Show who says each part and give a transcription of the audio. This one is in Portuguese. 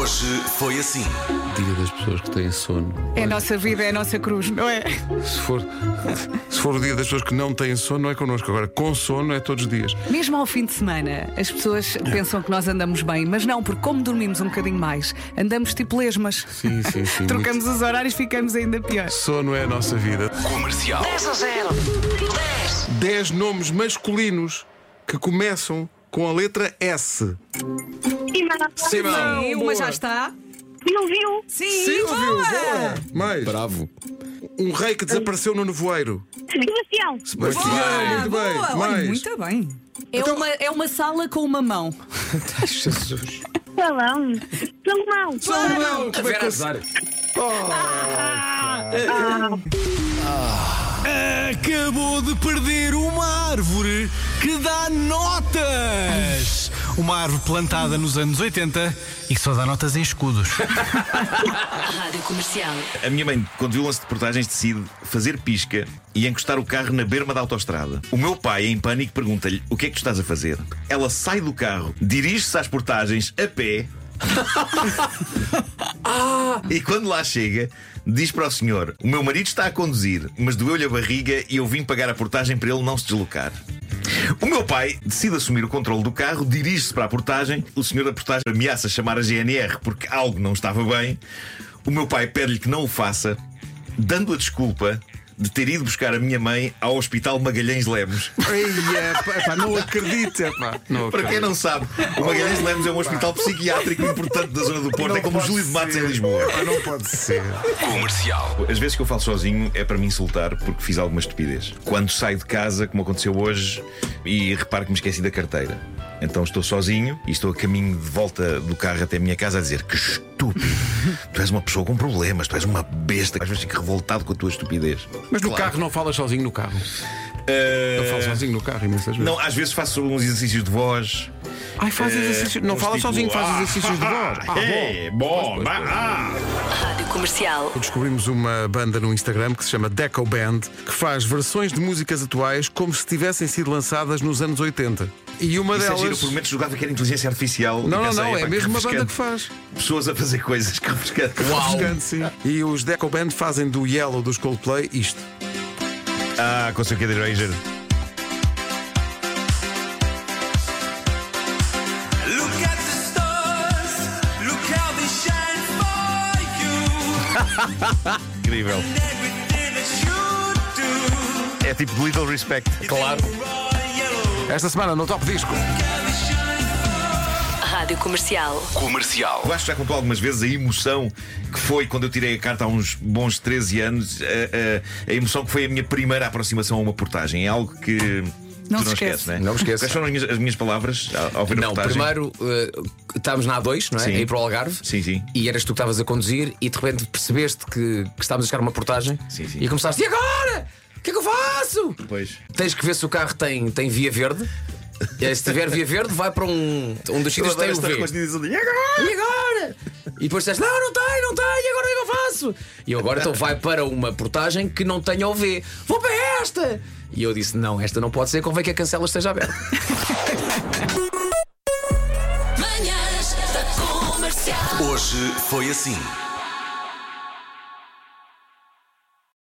Speaker 1: Hoje foi assim.
Speaker 2: Dia das pessoas que têm sono.
Speaker 3: É a nossa vida, é a nossa cruz, não é?
Speaker 2: Se for, se for o dia das pessoas que não têm sono, não é connosco. Agora, com sono é todos os dias.
Speaker 3: Mesmo ao fim de semana, as
Speaker 2: É.
Speaker 3: pessoas pensam que nós andamos bem, mas não, porque como dormimos um bocadinho mais, andamos tipo lesmas.
Speaker 2: Sim, sim, sim.
Speaker 3: Trocamos os horários, ficamos ainda pior.
Speaker 2: Sono é a nossa vida.
Speaker 1: Comercial.
Speaker 4: 10 a 0. 10.
Speaker 2: 10 nomes masculinos que começam com a letra S. Simão.
Speaker 3: E uma
Speaker 2: boa.
Speaker 3: já está.
Speaker 5: Silvio,
Speaker 3: Sim,
Speaker 2: Silvio, boa. Mais.
Speaker 6: Bravo.
Speaker 2: Um rei que desapareceu no nevoeiro.
Speaker 5: Sebastião,
Speaker 2: Sebastião, muito bem.
Speaker 3: boa. Olha,
Speaker 2: Mais. Então-
Speaker 3: muito bem. É, uma, é uma sala com uma mão.
Speaker 6: Jesus.
Speaker 5: Salão, Salomão,
Speaker 2: Salomão, como é que eu-
Speaker 6: Azar.
Speaker 7: Acabou de perder uma árvore que dá notas! Uma árvore plantada nos anos 80 e que só dá notas em escudos.
Speaker 4: Rádio Comercial.
Speaker 8: A minha mãe, quando viu o lance de portagens, decide fazer pisca e encostar o carro na berma da autoestrada. O meu pai, em pânico, pergunta-lhe o que é que tu estás a fazer. Ela sai do carro, dirige-se às portagens a pé. E quando lá chega, diz para o senhor: O meu marido está a conduzir, mas doeu-lhe a barriga e eu vim pagar a portagem para ele não se deslocar. O meu pai decide assumir o controle do carro, dirige-se para a portagem. O senhor da portagem ameaça chamar a GNR porque algo não estava bem. O meu pai pede-lhe que não o faça, dando a desculpa de ter ido buscar a minha mãe ao Hospital Magalhães Lemos.
Speaker 2: Eia, é, pá, pá, não acredita, pá. Não
Speaker 8: Para quem
Speaker 2: acredito.
Speaker 8: não sabe, o Magalhães Lemos é um hospital psiquiátrico importante da zona do Porto. é como o
Speaker 2: pode
Speaker 8: Júlio de Matos
Speaker 2: ser.
Speaker 8: em Lisboa.
Speaker 2: Pá, não pode ser.
Speaker 1: Comercial.
Speaker 8: As vezes que eu falo sozinho é para me insultar porque fiz alguma estupidez. Quando saio de casa, como aconteceu hoje, e reparo que me esqueci da carteira. Então estou sozinho e estou a caminho de volta do carro até a minha casa a dizer que estúpido. tu és uma pessoa com problemas, tu és uma besta. Às vezes fico revoltado com a tua estupidez.
Speaker 2: Mas no
Speaker 8: Claro.
Speaker 2: carro não falas sozinho no carro.
Speaker 8: Eh,
Speaker 2: Eu falo sozinho no carro imensas vezes.
Speaker 8: Não, às vezes faço uns exercícios de voz.
Speaker 2: Ai, faz
Speaker 8: eh,
Speaker 2: exercícios. Não
Speaker 8: uns
Speaker 2: fala
Speaker 8: tipo,
Speaker 2: sozinho, faz
Speaker 8: "Ah,
Speaker 2: exercícios de voz. Ah, bom.
Speaker 8: É, bom, bah, ah."
Speaker 4: Rádio Comercial.
Speaker 2: Descobrimos uma banda no Instagram que se chama Deco Band, que faz versões de músicas atuais como se tivessem sido lançadas nos anos 80. E uma
Speaker 8: Isso é
Speaker 2: delas.
Speaker 8: giro, por momentos jogava que era inteligência artificial.
Speaker 2: Não,
Speaker 8: e
Speaker 2: não,
Speaker 8: pensei,
Speaker 2: não,
Speaker 8: "Epá,
Speaker 2: é mesmo uma banda
Speaker 8: refrescante."
Speaker 2: que faz.
Speaker 8: Pessoas a fazer coisas que refrescante.
Speaker 2: Refrescante, sim. E os Deco Band fazem do Yellow dos Coldplay isto.
Speaker 8: Ah, com o seu Kid Ranger.
Speaker 7: Look at the stars, look how they shine for you.
Speaker 8: Incrível.
Speaker 7: Everything that you
Speaker 8: É tipo Little Respect.
Speaker 6: Claro.
Speaker 7: do, royal,
Speaker 2: Esta semana no Top Disco.
Speaker 7: how they shine
Speaker 4: Rádio Comercial.
Speaker 1: Comercial.
Speaker 8: Eu acho que já contou algumas vezes a emoção que foi quando eu tirei a carta há uns bons 13 anos. A, a- a emoção que foi a minha primeira aproximação a uma portagem. É algo que.
Speaker 3: Não
Speaker 8: tu
Speaker 3: se
Speaker 8: não
Speaker 3: esquece.
Speaker 8: esqueces, né?
Speaker 6: Não me esqueço.
Speaker 8: Quais foram as minhas, as minhas palavras ao, ao ver a
Speaker 6: Não,
Speaker 8: portagem?
Speaker 6: primeiro eh, estávamos na A2, não é?
Speaker 8: Sim.
Speaker 6: A ir para o Algarve.
Speaker 8: Sim, sim.
Speaker 6: E eras tu que estavas a conduzir e de repente percebeste que, que estávamos a chegar a uma portagem.
Speaker 8: Sim, sim.
Speaker 6: E começaste, e agora? O que é que eu faço?
Speaker 8: Pois.
Speaker 6: Tens que ver se o carro tem, tem via verde. E aí, se tiver via verde, vai para um, um dos
Speaker 8: Eu
Speaker 6: sítios
Speaker 8: adoro
Speaker 6: que tem o
Speaker 8: esta
Speaker 6: V.
Speaker 8: resposta de dizer, "E agora?"
Speaker 6: E agora? E depois disseste, não, não tem, não tem, e agora o que é que eu faço? E eu agora então vai para uma portagem que não tenha OV. Vou para esta! E eu disse, não, esta não pode ser, convém que a cancela esteja aberta.
Speaker 4: Manhãs da Comercial.
Speaker 1: Hoje foi assim.